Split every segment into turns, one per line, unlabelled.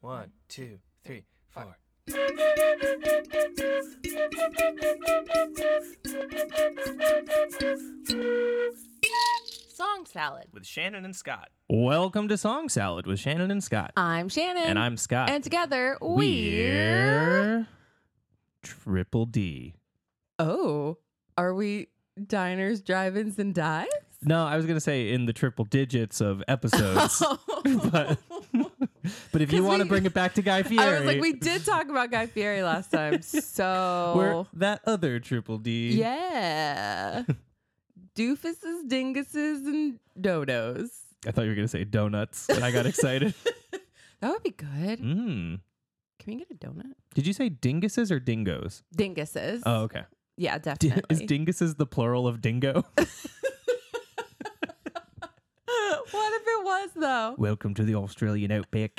One, two, three, four.
Song salad.
with Shannon and Scott.
Welcome to Song Salad with Shannon and Scott.
I'm Shannon.
and I'm Scott.
And together we're.
we're Triple D.
Oh, are we diners, drive-ins, and dives?
No, I was gonna say in the triple digits of episodes, but but if you
Oh. 'Cause
want to
we-
bring it back to Guy Fieri,
I was like, we did talk about Guy Fieri last time, so
we're that other triple D.
yeah, doofuses, dinguses, and dodos.
I thought you were gonna say donuts, and I got excited.
That would be good.
mm.
Can we get a donut?
Did you say dinguses or dingoes?
Dinguses.
Oh, okay.
yeah,
D-
definitely.
is dinguses the plural of dingo?
what if it was though?
Welcome to the Australian outback.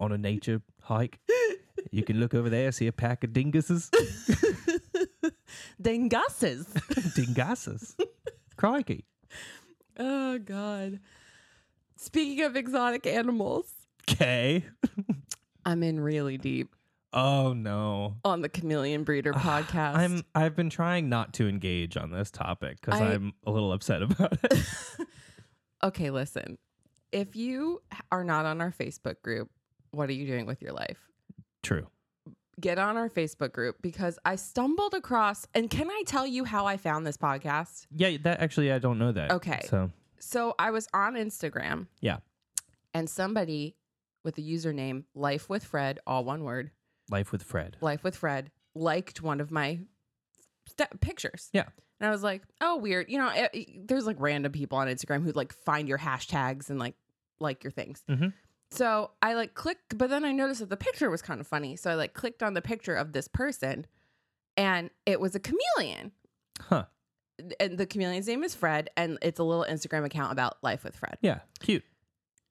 On a nature hike, you can look over there, see a pack of dinguses.
Dinguses.
dinguses. Crikey.
oh God. Speaking of exotic animals,
Okay.
I'm in really deep
Oh no.
on the Chameleon Breeder podcast.
I'm I've been trying not to engage on this topic because
I-
I'm a little upset about it.
okay. Listen, if you are not on our Facebook group, what are you doing with your life?
True.
Get on our Facebook group because I stumbled across. And can I tell you how I found this podcast?
Yeah, that actually I don't know that.
Okay.
So
So I was on Instagram.
Yeah.
And somebody with the username Life with Fred, all one word,
life with Fred.
Life with Fred, liked one of my st- pictures.
Yeah.
And I was like, oh, weird. You know, it- it- there's like random people on Instagram who like find your hashtags and like like your things.
Mhm.
So I like clicked, but then I noticed that the picture was kind of funny. So I like clicked on the picture of this person and it was a chameleon.
Huh.
And the chameleon's name is Fred, and it's a little Instagram account about life with Fred.
Yeah. Cute.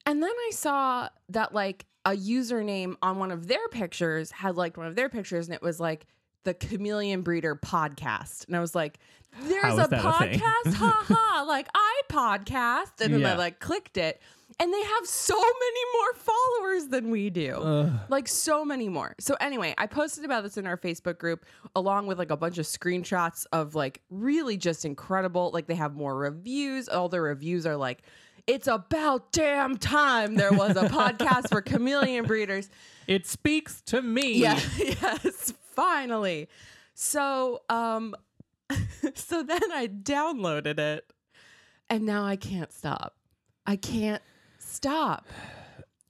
And then I saw that like a username on one of their pictures had liked one of their pictures and it was like the Chameleon Breeder podcast. And I was like, there's
How
a
is that a thing?
podcast? ha ha. Like I podcast. And then I
Yeah.
like clicked it. And they have so many more followers than we do.
Ugh.
like so many more. So anyway, I posted about this in our Facebook group along with like a bunch of screenshots of like really just incredible. Like they have more reviews. All their reviews are like, it's about damn time there was a podcast for chameleon breeders.
It speaks to me.
Yeah, yes, finally. So, um, so then I downloaded it, and now I can't stop. I can't stop.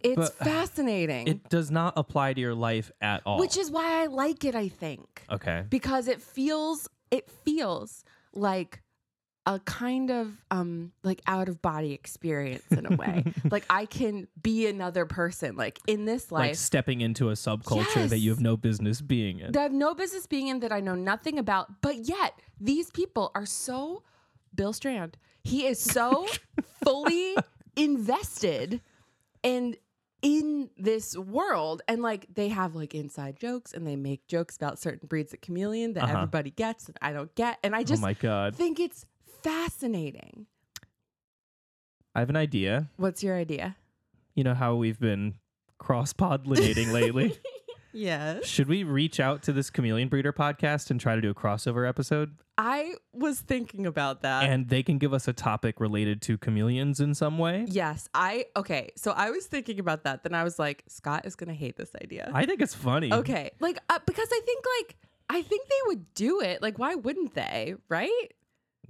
It's
But
fascinating,
It does not apply to your life at all.
which is why I like it. I think
Okay.
because it feels it feels like a kind of um like out of body experience in a way like i can be another person like in this
Like
life
stepping into a subculture that you
Yes.
have no business being in.
that I have no business being in that I know nothing about. But yet, these people are so Bill Strand. He is so fully invested and in this world and like they have like inside jokes and they make jokes about certain breeds of chameleon that
Uh-huh.
everybody gets that I don't get and I just
oh my god.
think it's fascinating.
I have an idea.
What's your idea?
You know how we've been cross pollinating lately?
Yes.
Should we reach out to this chameleon breeder podcast and try to do a crossover episode?
I was thinking about that.
and they can give us a topic related to chameleons in some way.
Yes, I okay. So I was thinking about that. Then I was like, Scott is gonna hate this idea.
I think it's funny.
okay, like uh, because I think like I think they would do it. Like, why wouldn't they? Right?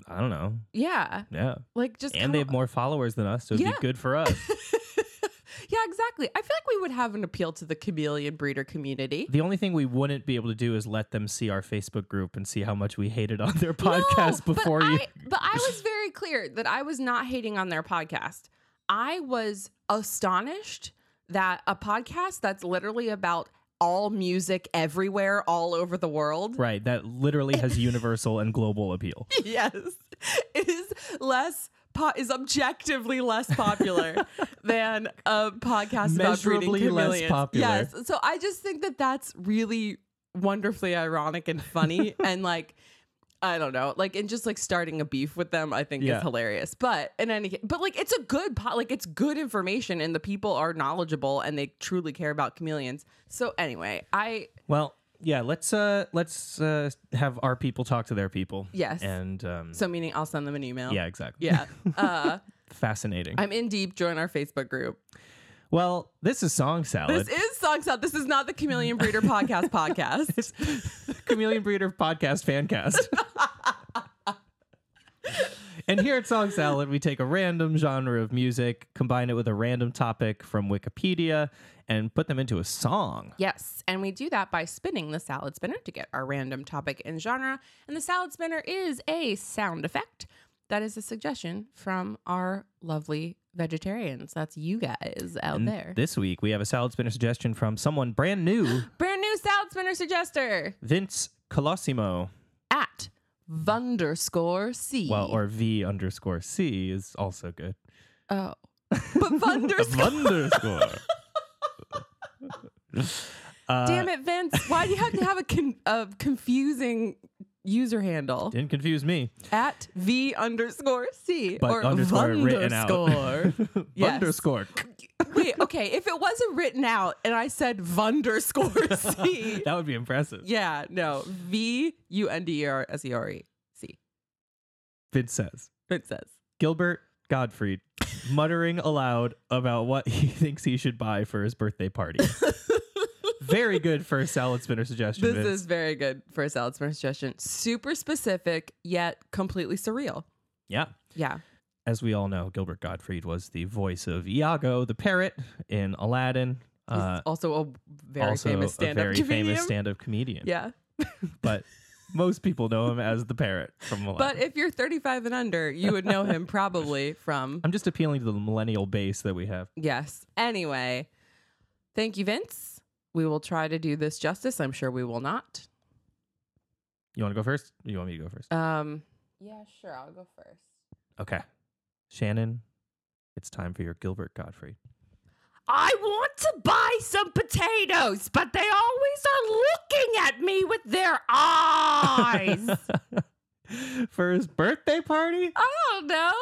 I don't know.
Yeah.
Yeah.
Like just
And they have more followers than us, so it'd
Yeah.
be good for us.
yeah, exactly. I feel like we would have an appeal to the chameleon breeder community.
the only thing we wouldn't be able to do is let them see our Facebook group and see how much we hated on their podcast
No,
before
but
you.
I, but I was very clear that I was not hating on their podcast. I was astonished that a podcast that's literally about all music everywhere, all over the world.
Right. That literally has universal and global appeal.
yes is less po- is objectively less popular than a podcast about breeding
Measurably less
chameleons.
popular.
Yes, so I just think that that's really wonderfully ironic and funny, and like I don't know, like and just like starting a beef with them, I think
Yeah.
is hilarious. But in any case, but like it's a good pot, like it's good information, and the people are knowledgeable and they truly care about chameleons. So anyway, I
Well, yeah, let's uh let's uh have our people talk to their people.
Yes.
And um
so meaning I'll send them an email.
yeah, exactly.
yeah. Uh,
Fascinating.
I'm in deep. Join our Facebook group.
well, this is song salad.
This is Songs Out. This is not the Chameleon Breeder Podcast podcast.
Chameleon Breeder podcast fancast. and here at Song Salad, we take a random genre of music, combine it with a random topic from Wikipedia, and put them into a song.
Yes, and we do that by spinning the salad spinner to get our random topic and genre. And the salad spinner is a sound effect. That is a suggestion from our lovely vegetarians. That's you guys out there.
This week, we have a salad spinner suggestion from someone brand new,
Brand new salad spinner suggester
Vince Colosimo.
at Vunderscore C.
Well, or V underscore C is also good.
oh, but Vunderscore.
Underscore. uh,
Damn it, Vince! Why do you have to have a, con- a confusing user handle
Didn't confuse me.
at V underscore C
But
or
underscore written out.
Vunderscore? Yes.
Underscore.
Wait, okay. If it wasn't written out and I said Vunderscore C.
That would be impressive.
yeah, no. V U N D E R S E R E C.
Vince says.
It says.
Gilbert Gottfried muttering aloud about what he thinks he should buy for his birthday party. Very good for a salad spinner suggestion.
This
Vince.
is very good for a salad spinner suggestion. Super specific, yet completely surreal.
yeah.
Yeah.
As we all know, Gilbert Gottfried was the voice of Iago the parrot in Aladdin.
He's
Uh,
also a very
also
famous
a
stand up
very
comedian.
famous stand-up comedian.
yeah.
But most people know him as the parrot from Aladdin.
But if you're 35 and under, you would know him probably from.
I'm just appealing to the millennial base that we have.
Yes. Anyway, thank you, Vince. We will try to do this justice. I'm sure we will not.
You want to go first? Or you want me to go first?
Um, yeah, sure. I'll go first.
Okay. Shannon, it's time for your Gilbert Gottfried.
I want to buy some potatoes, but they always are looking at me with their eyes.
for his birthday party?
I don't know.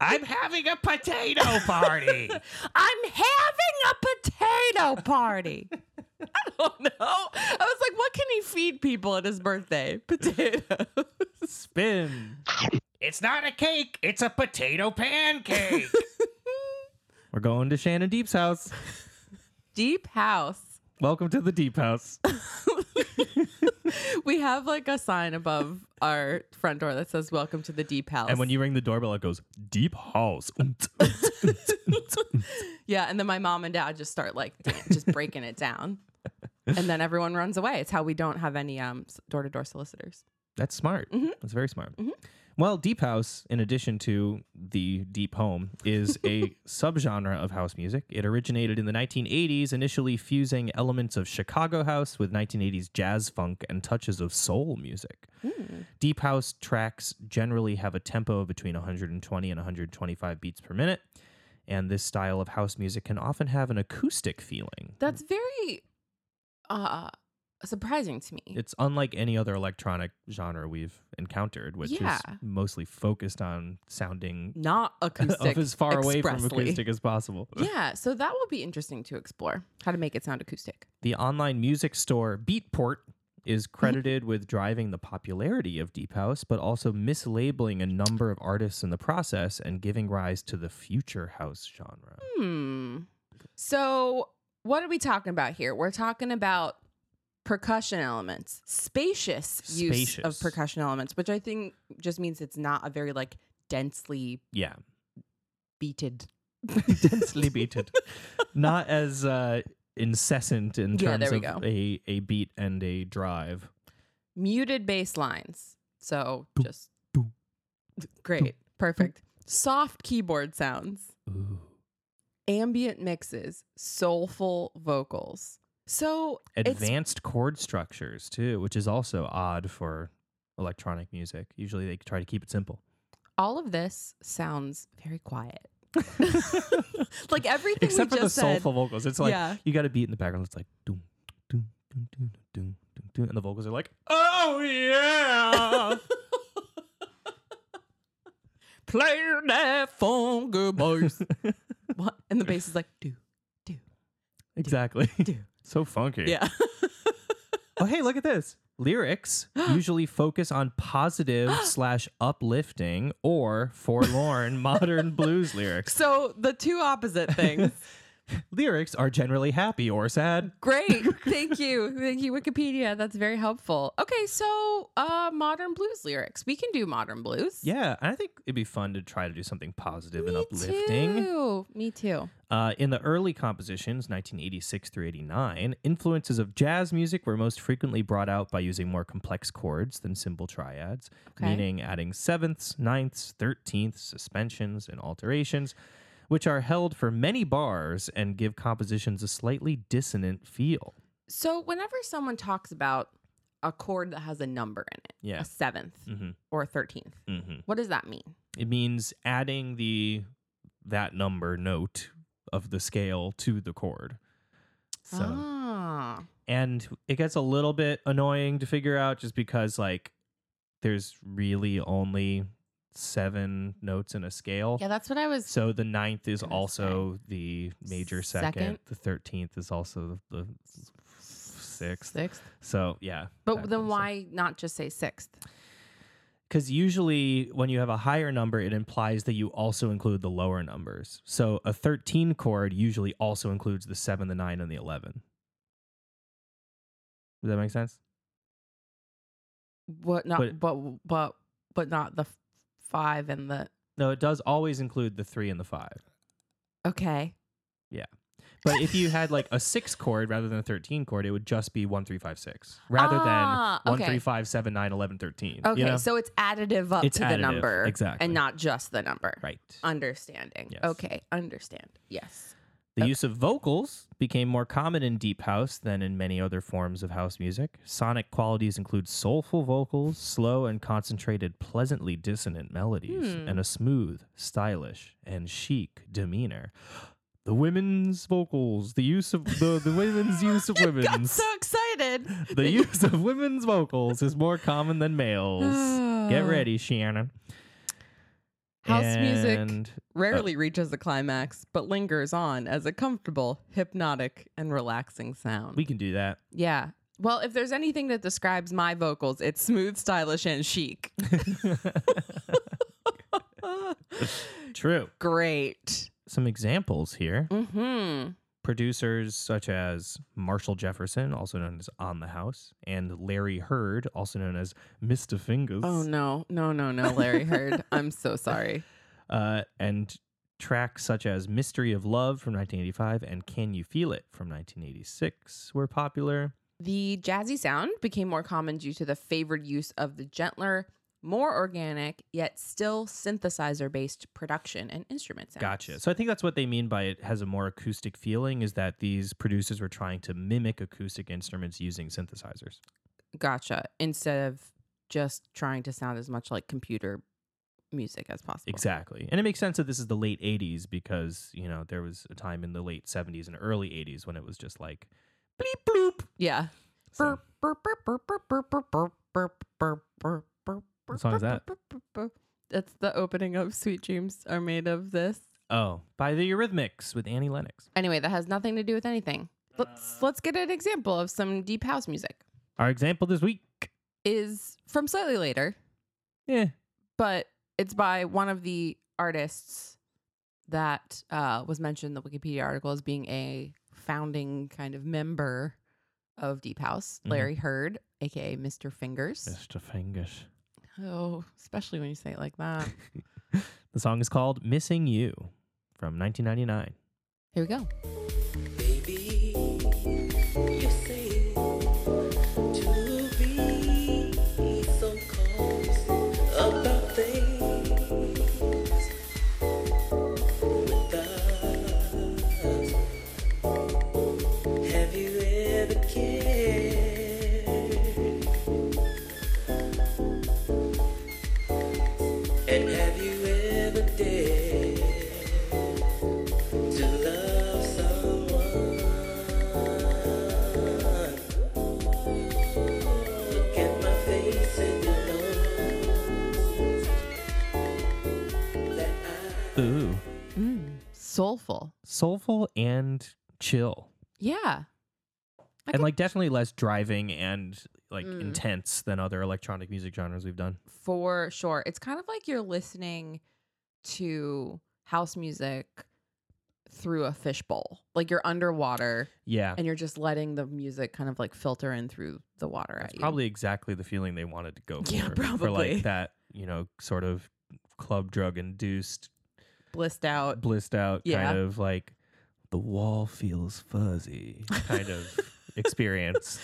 I'm having a potato party.
I'm having a potato party. I don't know. I was like, what can he feed people at his birthday? Potatoes.
Spin. It's not a cake, it's a potato pancake. We're going to Shannon Deep's house.
Deep house.
Welcome to the Deep House.
We have like a sign above our front door that says, Welcome to the Deep House.
And when you ring the doorbell, it goes, Deep House.
Yeah, and then my mom and dad just start like dan- just breaking it down, and then everyone runs away. It's how we don't have any um door to door solicitors.
That's smart. That's very smart. Well, Deep House, in addition to the Deep Home, is a subgenre of house music. It originated in the 1980s, initially fusing elements of Chicago house with 1980s jazz funk and touches of soul music. Deep House tracks generally have a tempo of between 120 and 125 beats per minute. And this style of house music can often have an acoustic feeling.
That's very uh surprising to me.
it's unlike any other electronic genre we've encountered, which
Yeah.
is mostly focused on sounding
Not acoustic.
of as far away from
expressly.
acoustic as possible.
Yeah, so that will be interesting to explore how to make it sound acoustic.
The online music store Beatport is
Mm-hmm.
credited with driving the popularity of Deep House, but also mislabeling a number of artists in the process and giving rise to the future house genre.
Hmm. So what are we talking about here? We're talking about percussion elements, spacious, use of
Spacious.
percussion elements, which I think just means it's not a very like densely
Yeah.
beated.
Densely beated. Not as uh, incessant in
Yeah,
terms
there we
of
go.
a, a beat and a drive.
muted bass lines. So
Boop,
just
boop,
great, perfect. Soft keyboard sounds,
Ooh.
ambient mixes, soulful vocals. So it's
advanced chord structures too, which is also odd for electronic music. Usually they try to keep it simple.
all of this sounds very quiet. like everything
Except
we
for the
just said.
soulful vocals. It's like
yeah.
you got a beat in the background. It's like doom, doom, doom, doom, doom, doom, doom, and the vocals are like, "Oh yeah."
play that funky bass. what? And the bass is like, do, do,
Exactly.
do.
so funky.
Yeah.
Oh, hey, look at this. Lyrics usually focus on positive slash uplifting or forlorn modern blues lyrics.
so the two opposite things.
Lyrics are generally happy or sad.
Great. Thank you. Thank you, Wikipedia. That's very helpful. Okay, so uh modern blues lyrics. We can do modern blues.
Yeah, and I think it'd be fun to try to do something positive and
Me
uplifting.
too. Me too.
Uh, in the early compositions, 1986 through 89, influences of jazz music were most frequently brought out by using more complex chords than simple triads,
Okay.
meaning adding sevenths, ninths, thirteenths, suspensions, and alterations, which are held for many bars and give compositions a slightly dissonant feel.
So whenever someone talks about a chord that has a number in it,
Yeah.
a seventh
Mhm.
or a thirteenth,
hmm
what does that mean?
It means adding the that number note of the scale to the chord. So.
Ah.
and it gets a little bit annoying to figure out just because like there's really only seven notes in a scale
Yeah, that's what I was
so the ninth is
Gonna
also the major second,
Second.
the 13th is also the sixth
sixth.
so yeah
But then why not just say sixth?
because usually when you have a higher number it implies that you also include the lower numbers so a 13 chord usually also includes the 7 the 9 and the 11 does that make sense
What not
But-
but but but, not the f- five and the
No, it does always include the three and the five.
Okay.
But if you had like a six chord rather than a 13 chord, it would just be one, three, five, six rather
Ah,
than one,
okay.
three, five, seven, nine, eleven, thirteen.
Okay,
You know?
so it's additive up
It's
to the
additive,
number.
exactly.
And not just the number.
right.
Understanding.
Yes.
Okay, understand. Yes.
The use of vocals became more common in deep house than in many other forms of house music. Sonic qualities include soulful vocals, slow and concentrated, pleasantly dissonant melodies,
Hmm.
and a smooth, stylish, and chic demeanor. The women's vocals, the use of the, the women's use of women's.
Got so excited.
The use of women's vocals is more common than males. Get ready, Shannon.
House music
And-
rarely reaches the climax, but lingers on as a comfortable, hypnotic, and relaxing sound.
We can do that.
yeah. Well, if there's anything that describes my vocals, it's smooth, stylish, and chic.
True.
Great.
Some examples here.
Mm-hmm.
Producers such as Marshall Jefferson, also known as On the House, and Larry Heard, also known as Mr. Fingers,
Oh no, no, no, no, Larry Heard. I'm so sorry.
uh, and tracks such as Mystery of Love from 1985 and Can You Feel It from 1986 were popular.
The jazzy sound became more common due to the favored use of the gentler, more organic, yet still synthesizer based production and instrument sounds.
Gotcha. So I think that's what they mean by it has a more acoustic feeling is that these producers were trying to mimic acoustic instruments using synthesizers.
Gotcha. Instead of just trying to sound as much like computer music as possible.
Exactly. And it makes sense that this is the late 80s because, you know, there was a time in the late 70s and early 80s when it was just like bleep bloop.
Yeah.
So,
What
song is that?
That's the opening of Sweet Dreams Are Made of This.
oh, by the Eurythmics with Annie Lennox.
Anyway, that has nothing to do with anything. Let's let's get an example of some deep house music.
Our example this week.
Is from slightly later,
Yeah.
but it's by one of the artists that uh, was mentioned in the Wikipedia article as being a founding kind of member of Deep House,
Mhm.
Larry Heard, aka Mr. Fingers.
Mr. Fingers.
Oh, especially when you say it like that.
The song is called Missing You from 1999.
Here we go.
Baby, you seem to be so cold about things with us. Have you ever cared? And have you ever dared? to love someone
Mm, soulful.
soulful and chill,
Yeah. I
and
could-
like definitely less driving and like
Mm.
intense than other electronic music genres we've done.
for sure. It's kind of like you're listening to house music through a fishbowl. Like you're underwater
Yeah,
and you're just letting the music kind of like filter in through the water
that's
at you.
probably exactly the feeling they wanted to go for.
Yeah,
for
probably.
like that, you know, sort of club drug induced,
blissed out.
blissed out
Yeah.
kind of like the wall feels fuzzy kind of experience.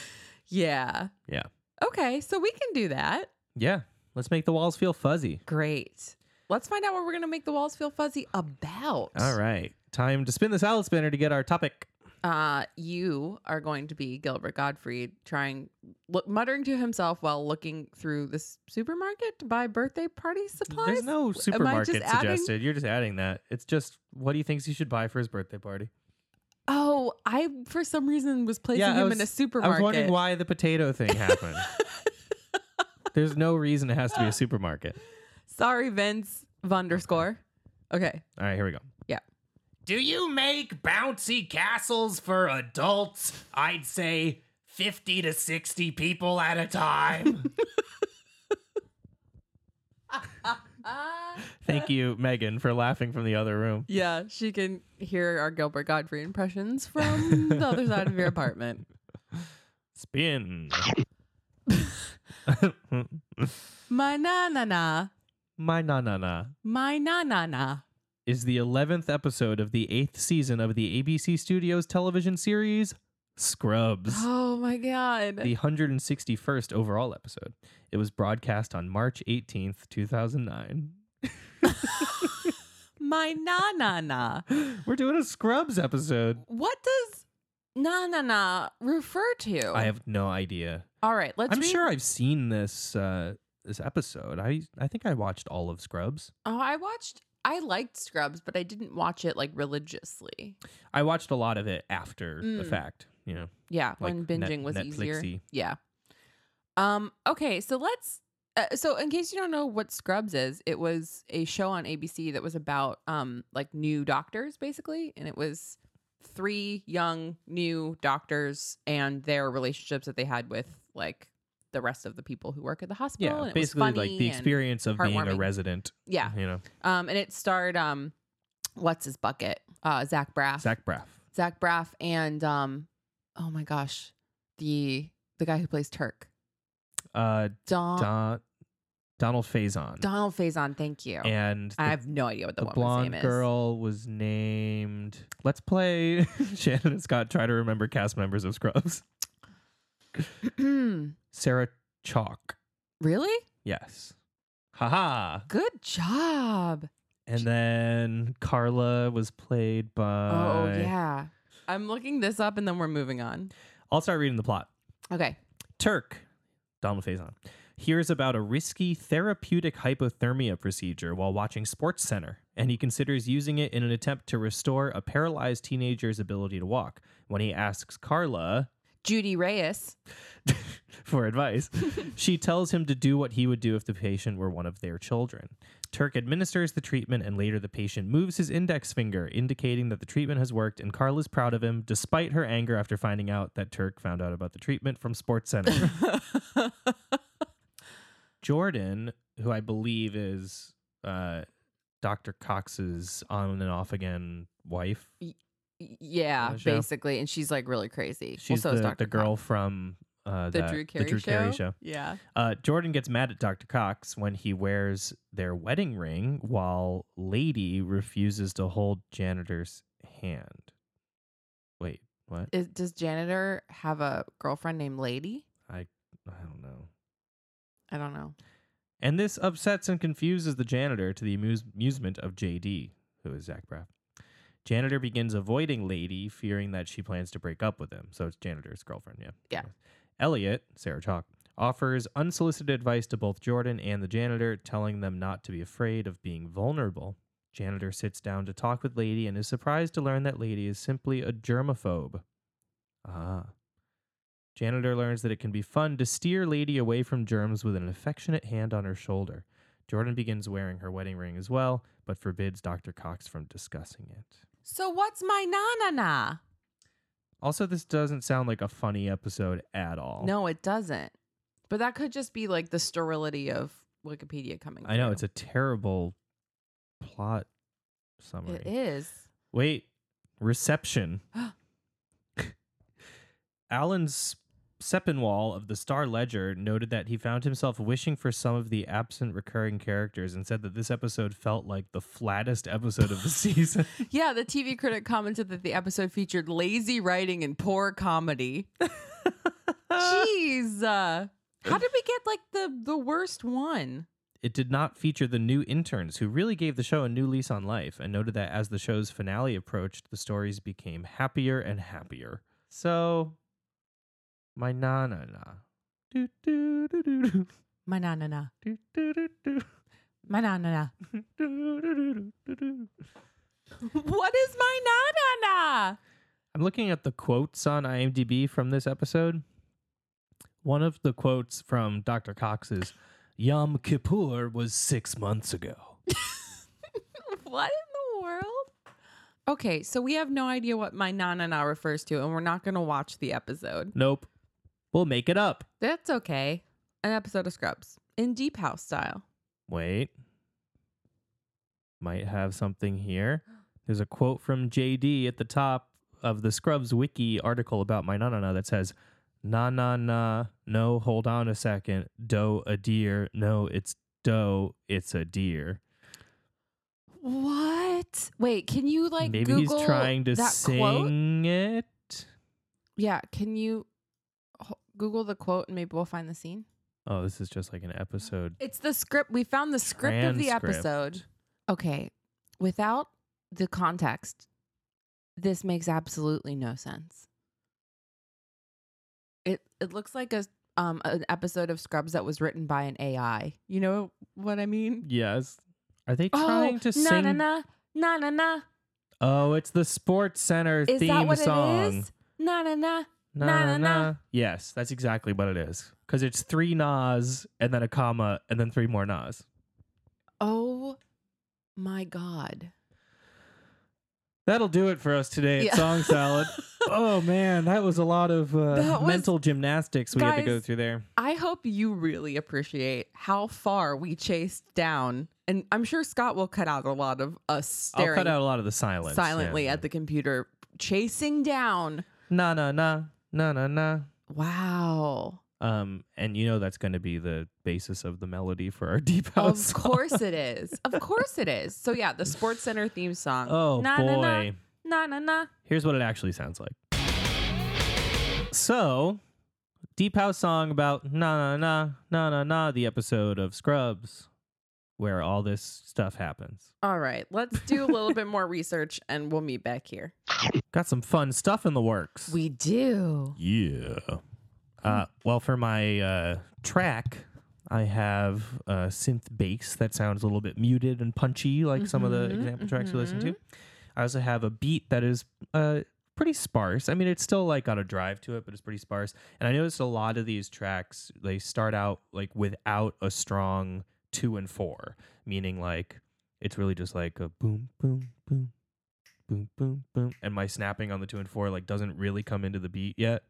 Yeah.
Yeah.
Okay, so we can do that.
Yeah, let's make the walls feel fuzzy.
Great. Let's find out what we're going to make the walls feel fuzzy about.
All right, time to spin the salad spinner to get our topic.
Uh, you are going to be Gilbert Gottfried trying, look, muttering to himself while looking through this supermarket to buy birthday party supplies.
There's no
just
supermarket
adding-
suggested. You're just adding that. It's just what he thinks he should buy for his birthday party.
Oh, I for some reason was placing
Yeah, I
him
was-
in a
I was
supermarket.
I was wondering why the potato thing happened. There's no reason it has to be a supermarket.
Sorry, Vince. Underscore. Okay.
All right, here we go.
Yeah.
Do you make bouncy castles for adults? I'd say 50 to 60 people at a time.
Ah.
Thank you, Megan, for laughing from the other room.
Yeah, she can hear our Gilbert Godfrey impressions from the other side of your apartment.
Spin.
My na na na,
My na na na
my na na na.
is the 11th episode of the 8th season of the ABC Studios television series Scrubs.
Oh my god.
the 161st overall episode. It was broadcast on March 18th, 2009.
my na na na.
We're doing a Scrubs episode.
What does na na na refer to?
I have no idea.
All right, let's.
I'm
read-
sure I've seen this uh, this episode. I I think I watched all of Scrubs.
Oh, I watched. I liked Scrubs, but I didn't watch it like religiously.
I watched a lot of it after the
Mm.
fact. You know,
Yeah,
like
when binging
Net-
was easier.
Netflixy.
Yeah. Um. Okay, so let's. Uh, so, in case you don't know what Scrubs is, it was a show on ABC that was about um like new doctors basically, and it was three young new doctors and their relationships that they had with like the rest of the people who work at the hospital. and
Yeah,
it was
basically like
funny
the
and-
experience of being a
heartwarming.
resident.
Yeah.
you know,
Um, and it starred um, what's his bucket? Uh, Zach Braff.
Zach Braff.
Zach Braff and um, oh my gosh, the the guy who plays Turk,
Uh,
Don,
Don- Donald Faison
Donald Faison. Thank you.
and the
I have no idea oh, what the,
the
woman's
blonde
name
girl was named. Let's play Shannon and Scott try to remember cast members of Scrubs.
is.
Sarah Chalk.
really?
Yes. Haha.
Good job.
And then Carla was played by.
oh yeah. I'm looking this up and then we're moving on.
I'll start reading the plot.
Okay.
Turk, Donald Faison, hears about a risky therapeutic hypothermia procedure while watching Sports Center, and he considers using it in an attempt to restore a paralyzed teenager's ability to walk. When he asks Carla,
Judy Reyes.
for advice. she tells him to do what he would do if the patient were one of their children. Turk administers the treatment, and later the patient moves his index finger, indicating that the treatment has worked. And Carl is proud of him, despite her anger after finding out that Turk found out about the treatment from Sports Center. Jordan, who I believe is uh, Dr. Cox's on and off again wife.
yeah,
On the show.
basically. And she's like really crazy. Well,
She's
so is
the,
Dr.
the girl
Cox.
from uh,
The
that-
Drew Carey,
the Drew Carey show.
Yeah.
Uh, Jordan gets mad at Dr. Cox when he wears their wedding ring while Lady refuses to hold janitor's hand. Wait, what?
Is, does janitor have a girlfriend named Lady?
I don't know.
I don't know.
And this upsets and confuses the janitor to the amuse- amusement of JD, who is Zach Braff. Janitor begins avoiding Lady, fearing that she plans to break up with him. So it's Janitor's girlfriend, yeah.
Yeah.
Elliot, Sarah Chalk, offers unsolicited advice to both Jordan and the janitor, telling them not to be afraid of being vulnerable. Janitor sits down to talk with Lady and is surprised to learn that Lady is simply a germaphobe. Ah. Janitor learns that it can be fun to steer Lady away from germs with an affectionate hand on her shoulder. Jordan begins wearing her wedding ring as well, but forbids Dr. Cox from discussing it.
So what's my na na na?
Also, this doesn't sound like a funny episode at all.
No, it doesn't. But that could just be like the sterility of Wikipedia coming.
I know
through.
it's a terrible plot summary.
It is.
Wait, reception. Alan S- Seppenwall of the Star Ledger noted that he found himself wishing for some of the absent recurring characters and said that this episode felt like the flattest episode of the season.
Yeah, the TV critic commented that the episode featured lazy writing and poor comedy. Jeez, uh, how did we get like the the worst one?
It did not feature the new interns who really gave the show a new lease on life and noted that as the show's finale approached, the stories became happier and happier. So, my na na na. Do, do, do, do, do,
My na na na,
do, do, do, do.
my na na na.
I'm
what is my na na na?
looking at the quotes on IMDb from this episode. One of the quotes from Dr. Cox is Yom Kippur was six months ago.
What in the world? Okay, so we have no idea what my na na na refers to, and we're not going to watch the episode.
Nope. We'll make it up.
That's okay. An episode of Scrubs in Deep House style.
Wait. Might have something here. There's a quote from JD at the top of the Scrubs Wiki article about my na na na that says, na na na, no, hold on a second, doe a deer, no, it's doe, it's a deer.
What? Wait, can you like
Maybe
Google
he's trying to
that quote?
sing it.
Yeah, can you ho- Google the quote and maybe we'll find the scene?
Oh, this is just like an episode.
It's the script. We found the script of the
Transcript.
episode. Okay, without the context, this makes absolutely no sense. It it looks like a um an episode of Scrubs that was written by an AI. You know what I mean?
Yes. Are they trying
oh,
to
na
sing?
na na na na na.
Oh, it's the Sports Center
Is
theme
that what
song.
it is? Na na na. Na,
Na na
na,
na.
na.
Yes, that's exactly what it is. Because it's three nas and then a comma and then three more nas.
Oh my god.
That'll do it for us today at
Yeah.
Song Salad. oh man, that was a lot of uh,
That was-
mental gymnastics we had to go
Guys,
through there.
I hope you really appreciate how far we chased down. And I'm sure Scott will cut out a lot of us
I'll
staring
cut out a lot of the silence.
silently at the computer, chasing down.
na na na na na na.
Wow.
Um, and you know that's going to be the basis of the melody for our deep house.
Of course it is. Of course it is. So yeah, the Sports Center theme song.
Oh
na,
boy.
Na na na na.
Here's what it actually sounds like. So, Deep House song about na na na na na na the episode of Scrubs where all this stuff happens.
All right, let's do a little bit more research and we'll meet back here.
Got some fun stuff in the works.
We do.
yeah. Uh, well, for my uh, track, I have a synth bass that sounds a little bit muted and punchy, like some of the
Mhm,
example tracks we listened
mhm.
to. I also have a beat that is uh, pretty sparse. I mean, it's still like got a drive to it, but it's pretty sparse. And I noticed a lot of these tracks they start out like without a strong two and four, meaning like it's really just like a boom, boom, boom, boom, boom, boom, and my snapping on the two and four like doesn't really come into the beat yet.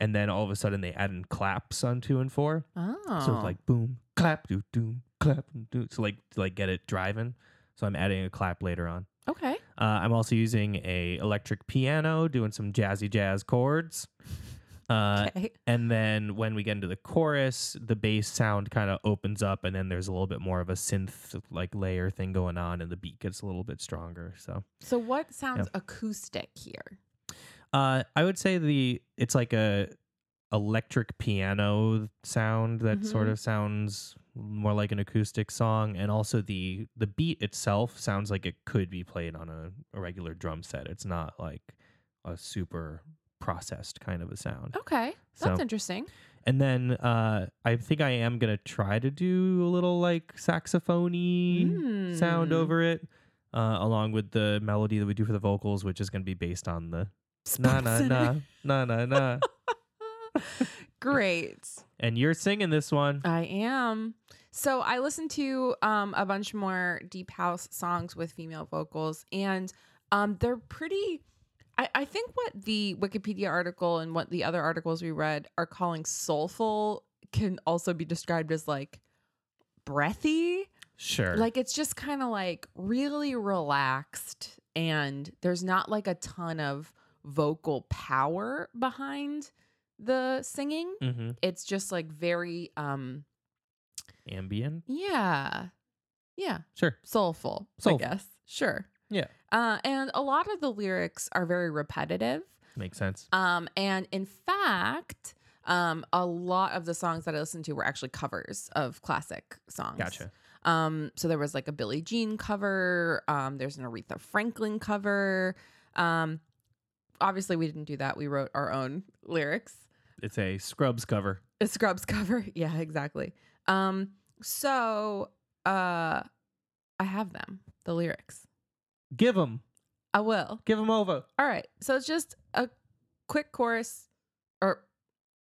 And then all of a sudden they add in claps on two and four,
Oh.
so it's like boom, clap, do, doom, clap, do. So like to like get it driving. So I'm adding a clap later on.
okay.
Uh, I'm also using a electric piano, doing some jazzy jazz chords. Uh,
okay.
And then when we get into the chorus, the bass sound kind of opens up, and then there's a little bit more of a synth like layer thing going on, and the beat gets a little bit stronger. So
So what sounds acoustic here?
uh, I would say the it's like a electric piano sound that sort
Mhm.
of sounds more like an acoustic song, and also the the beat itself sounds like it could be played on a, a regular drum set. It's not like a super processed kind of a sound.
Okay,
So-
that's interesting.
And then uh, I think I am gonna try to do a little like saxophony sound
Mm.
over it, uh, along with the melody that we do for the vocals, which is gonna be based on the
Hmm.
na na na na na na.
Great.
And you're singing this one.
I am. So I listened to um, a bunch more deep house songs with female vocals, and Um, they're pretty. I, I think what the Wikipedia article and what the other articles we read are calling soulful can also be described as like breathy.
Sure.
Like it's just kind of like really relaxed, and there's not like a ton of vocal power behind the singing.
hmm
It's just like very, um,
ambient.
yeah, yeah,
Sure.
soulful,
Soulful.
I guess. Sure.
Yeah.
Uh, and a lot of the lyrics are very repetitive.
Makes sense.
Um, and in fact, um, a lot of the songs that I listened to were actually covers of classic songs.
Gotcha.
Um, so there was like a Billie Jean cover. Um, there's an Aretha Franklin cover. Um, obviously, we didn't do that. We wrote our own lyrics.
It's a Scrubs cover.
A Scrubs cover. Yeah, exactly. Um, so uh, I have them, the lyrics.
Give them.
I will.
Give them over.
All right. So it's just a quick chorus or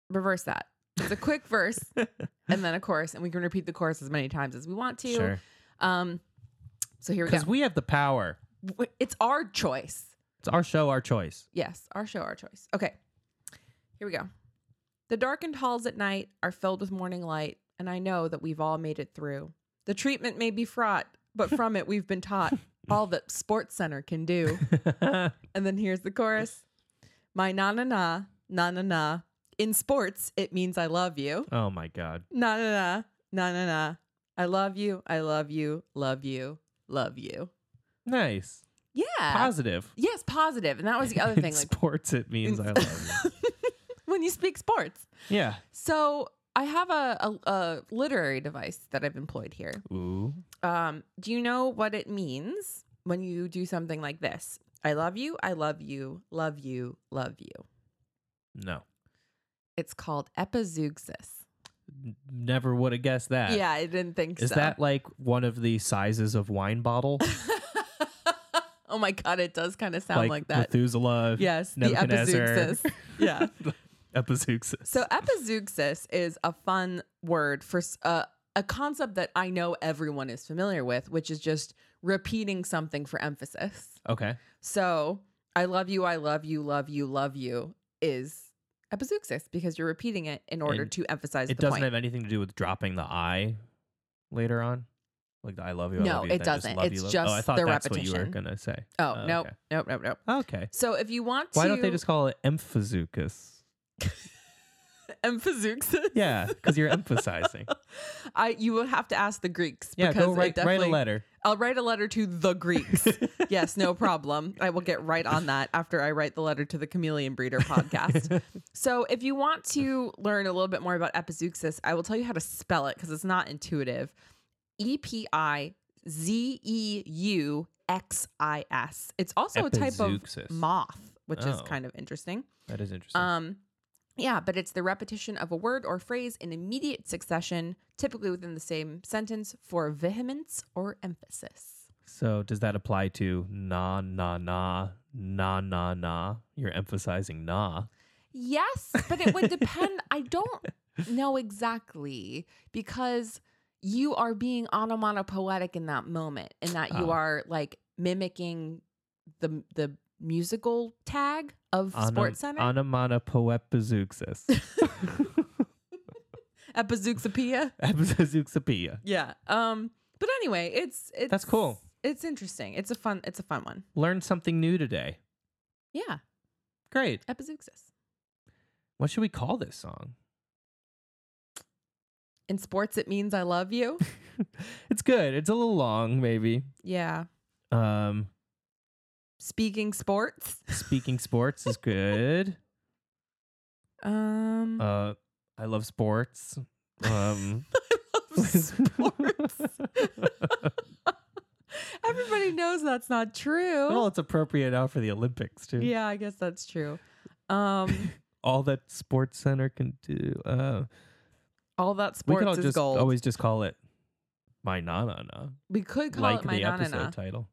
reverse that. It's a quick verse and then a chorus, and we can repeat the chorus as many times as we want to.
Sure.
Um, so here we go.
Because we have the power.
W- it's our choice.
It's our show, our choice.
Yes, our show, our choice. Okay, here we go. The darkened halls at night are filled with morning light, and I know that we've all made it through. The treatment may be fraught, but from it we've been taught all that Sports Center can do.
Oh
And then here's the chorus. My na na na, na na na. In sports, it means I love you.
oh my God.
Na na na, na na na. I love you, I love you, love you, love you.
Nice.
Yeah.
Positive.
yes, positive. And that was Uh, the other
In
thing. Like
sports, it means I love you.
when you speak sports.
Yeah.
So I have a, a, a literary device that I've employed here.
Ooh.
Um, do you know what it means when you do something like this? I love you, I love you, love you, love you.
No.
It's called epizeuxis.
N- Never would have guessed that.
Yeah, I didn't think
Is
so.
that like one of the sizes of wine bottle?
oh my god, it does kind of sound like, that.
Methuselah.
yes, the
Nebuchadnezzar.
epizeuxis. yeah.
Epizeuxis.
So epizeuxis is a fun word for s- uh, a concept that I know everyone is familiar with, which is just repeating something for emphasis.
okay.
So I love you, I love you, love you, love you is epizeuxis because you're repeating it in order
And
to emphasize
It
the
doesn't
point.
have anything to do with dropping the I later on. Like the I love you. I
No,
love you,
it
then just
doesn't.
love you,
It's
love-
just
oh, I thought
the
that's what you were
repetition.
gonna say.
oh,
Oh,
nope,
okay.
nope, nope, nope.
Okay.
So if you want
Why
to
don't they just call it emphazookas?
epizeuxis,
Yeah, because you're emphasizing.
I you will have to ask the Greeks.
Yeah,
because
go
it
write, write a
definitely-
letter.
I'll write a letter to the Greeks. yes, no problem. I will get right on that after I write the letter to the Chameleon Breeder podcast. so, if you want to learn a little bit more about epizeuxis, I will tell you how to spell it because it's not intuitive. E P I Z E U X I S. It's also a type of
Epizeuxis.
moth, which is
Oh.
kind of interesting.
That is interesting.
Um, yeah, but it's the repetition of a word or phrase in immediate succession, typically within the same sentence, for vehemence or emphasis.
so does that apply to na na na na na na? You're emphasizing na.
Yes, but it would depend. I don't know exactly because you are being onomatopoetic in that moment, in that you
Ah.
are like mimicking the the musical tag of Sports Center.
Onomatopoepizeuxis.
Epizeuxapia.
Epizeuxopia.
Yeah. Um. But anyway, it's it's
That's cool.
It's interesting. It's a fun. It's a fun one.
Learn something new today.
Yeah.
Great.
Epizeuxis.
What should we call this song?
In sports, it means I love you.
It's good. It's a little long, maybe.
yeah.
Um,
Speaking sports.
speaking sports is good.
Um.
Uh, I love sports. Um,
sports. Everybody knows that's not true.
well, it's appropriate now for the Olympics too.
yeah, I guess that's true. Um,
All that Sports Center can do. Uh,
all that
we
sports
could all
is
just
gold.
always just call it my na na na,
we could call
like
it my
the
na
episode
na.
title.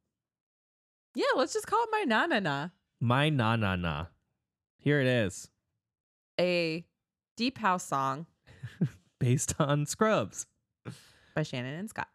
Yeah, let's just call it my na na na.
My na na na. Here it is,
A deep house song
based on Scrubs.
by Shannon and Scott.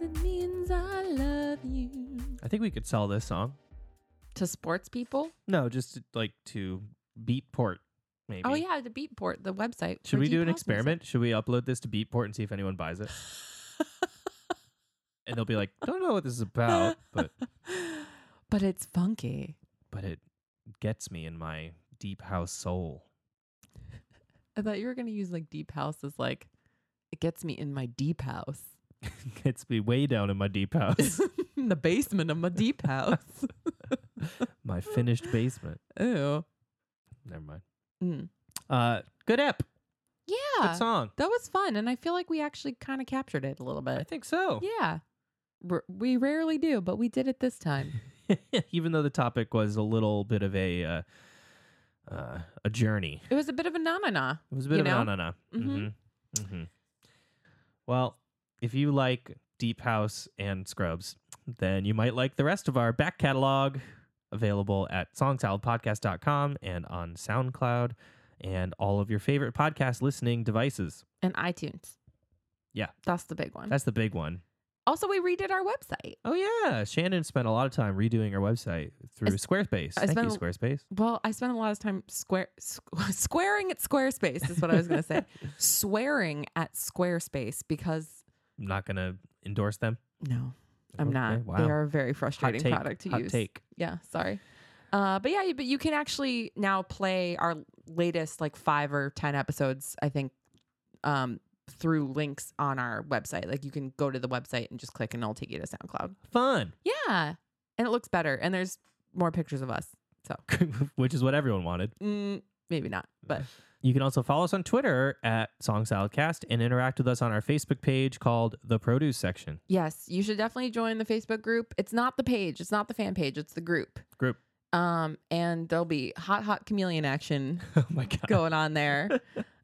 it means I love you.
I think we could sell this song.
To sports people?
No, just like to Beatport, maybe.
Oh, yeah, the Beatport, the website.
Should
for
we
deep
do an
house music.
experiment? Should we upload this to Beatport and see if anyone buys it? and they'll be like, "Don't know what this is about, but
but it's funky.
but it gets me in my deep house soul."
I thought you were going to use like deep house as like, it gets me in my deep house,
gets me way down in my deep house,
in the basement of my deep house.
my finished basement.
Ew.
Never mind.
Mm.
Uh, good app,
Yeah.
good song.
That was fun. And I feel like we actually kind of captured it a little
I
bit.
think so.
Yeah. R- we rarely do, but we did it this time.
Even though the topic was a little bit of a uh, uh, a journey,
It was a bit of a na na na.
It was a bit
You
of
know?
an na na.
Mhm.
hmm Well, if you like Deep House and Scrubs, then you might like the rest of our back catalog available at songsaladpodcast.com and on SoundCloud and all of your favorite podcast listening devices.
And iTunes.
Yeah.
That's the big one.
That's the big one.
also, we redid our website.
Oh yeah, Shannon spent a lot of time redoing our website through Squarespace.
I
Thank you
spent-
Squarespace.
Well, I spent a lot of time square squ- squaring at Squarespace is what I was going to say. Swearing at Squarespace because
I'm not going to endorse them.
no, I'm
Okay,
not.
wow.
They are a very frustrating
take,
product to
hot
use.
take.
Yeah, sorry. Uh, but yeah, you- but you can actually now play our latest like five or ten episodes. I think um, through links on our website. Like you can go to the website and just click, and it'll take you to SoundCloud.
Fun,
Yeah, and it looks better, and there's more pictures of us. So
which is what everyone wanted.
mm, maybe not, but
You can also follow us on Twitter at Song Saladcast and interact with us on our Facebook page called The Produce Section
Yes, you should definitely join the Facebook group. It's not the page, it's not the fan page, it's the group.
group.
Um, and there'll be hot, hot chameleon action
Oh my God.
going on there.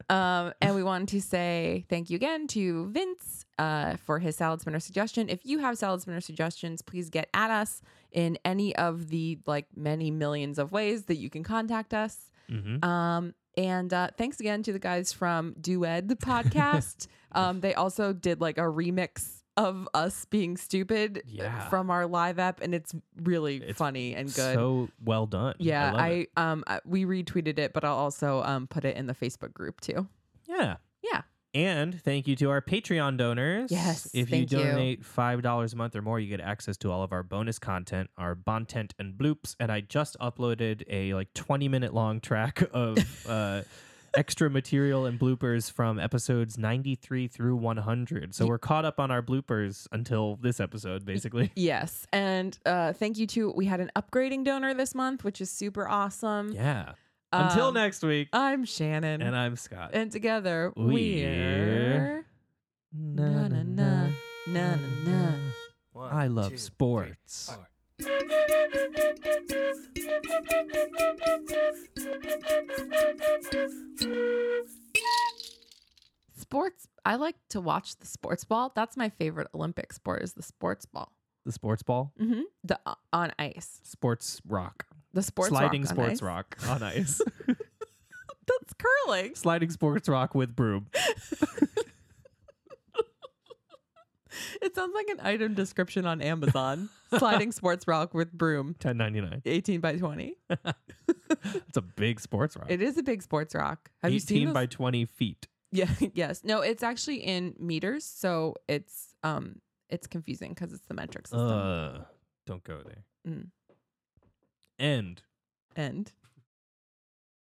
um, and we want to say thank you again to Vince uh, for his salad spinner suggestion. If you have salad spinner suggestions, please get at us in any of the like many millions of ways that you can contact us.
hmm
Um, and uh, thanks again to the guys from Duet the podcast. um, they also did like a remix of us being stupid
Yeah.
from our live app, and it's really
It's
funny and good.
So well done.
yeah,
love it.
I, um I- we retweeted it, but I'll also um put it in the Facebook group too.
Yeah.
Yeah.
And thank you to our Patreon donors.
Yes,
If you
thank you.
donate $5 a month or more, you get access to all of our bonus content, our Bontent and bloops. And I just uploaded a like 20 minute long track of uh, extra material and bloopers from episodes 93 through 100. So we're caught up on our bloopers until this episode, basically.
Yes, and uh, thank you to we had an upgrading donor this month, which is super awesome.
Yeah. Until
Mm-hmm. Um, eh,
next week.
I'm Shannon,
and I'm Scott.
and together
We're-
we're na na na na na. na.
I love sports.
Sports. I like to watch the sports ball. That's my favorite Olympic sport is the sports ball.
The sports ball,
Mm-hmm. The o- on ice.
sports rock,
The sports
sliding
rock on
sports
ice.
rock on ice,
That's curling.
sliding sports rock with broom.
It sounds like an item description on Amazon. sliding sports rock with broom,
Ten ninety nine.
18 by 20.
That's a big sports rock.
It is a big sports rock. Have
Eighteen
you seen those?
by twenty feet.
Yeah, yes. No, it's actually in meters, so it's um it's confusing because it's the metric system.
Uh, don't go there.
Mm.
End.
End.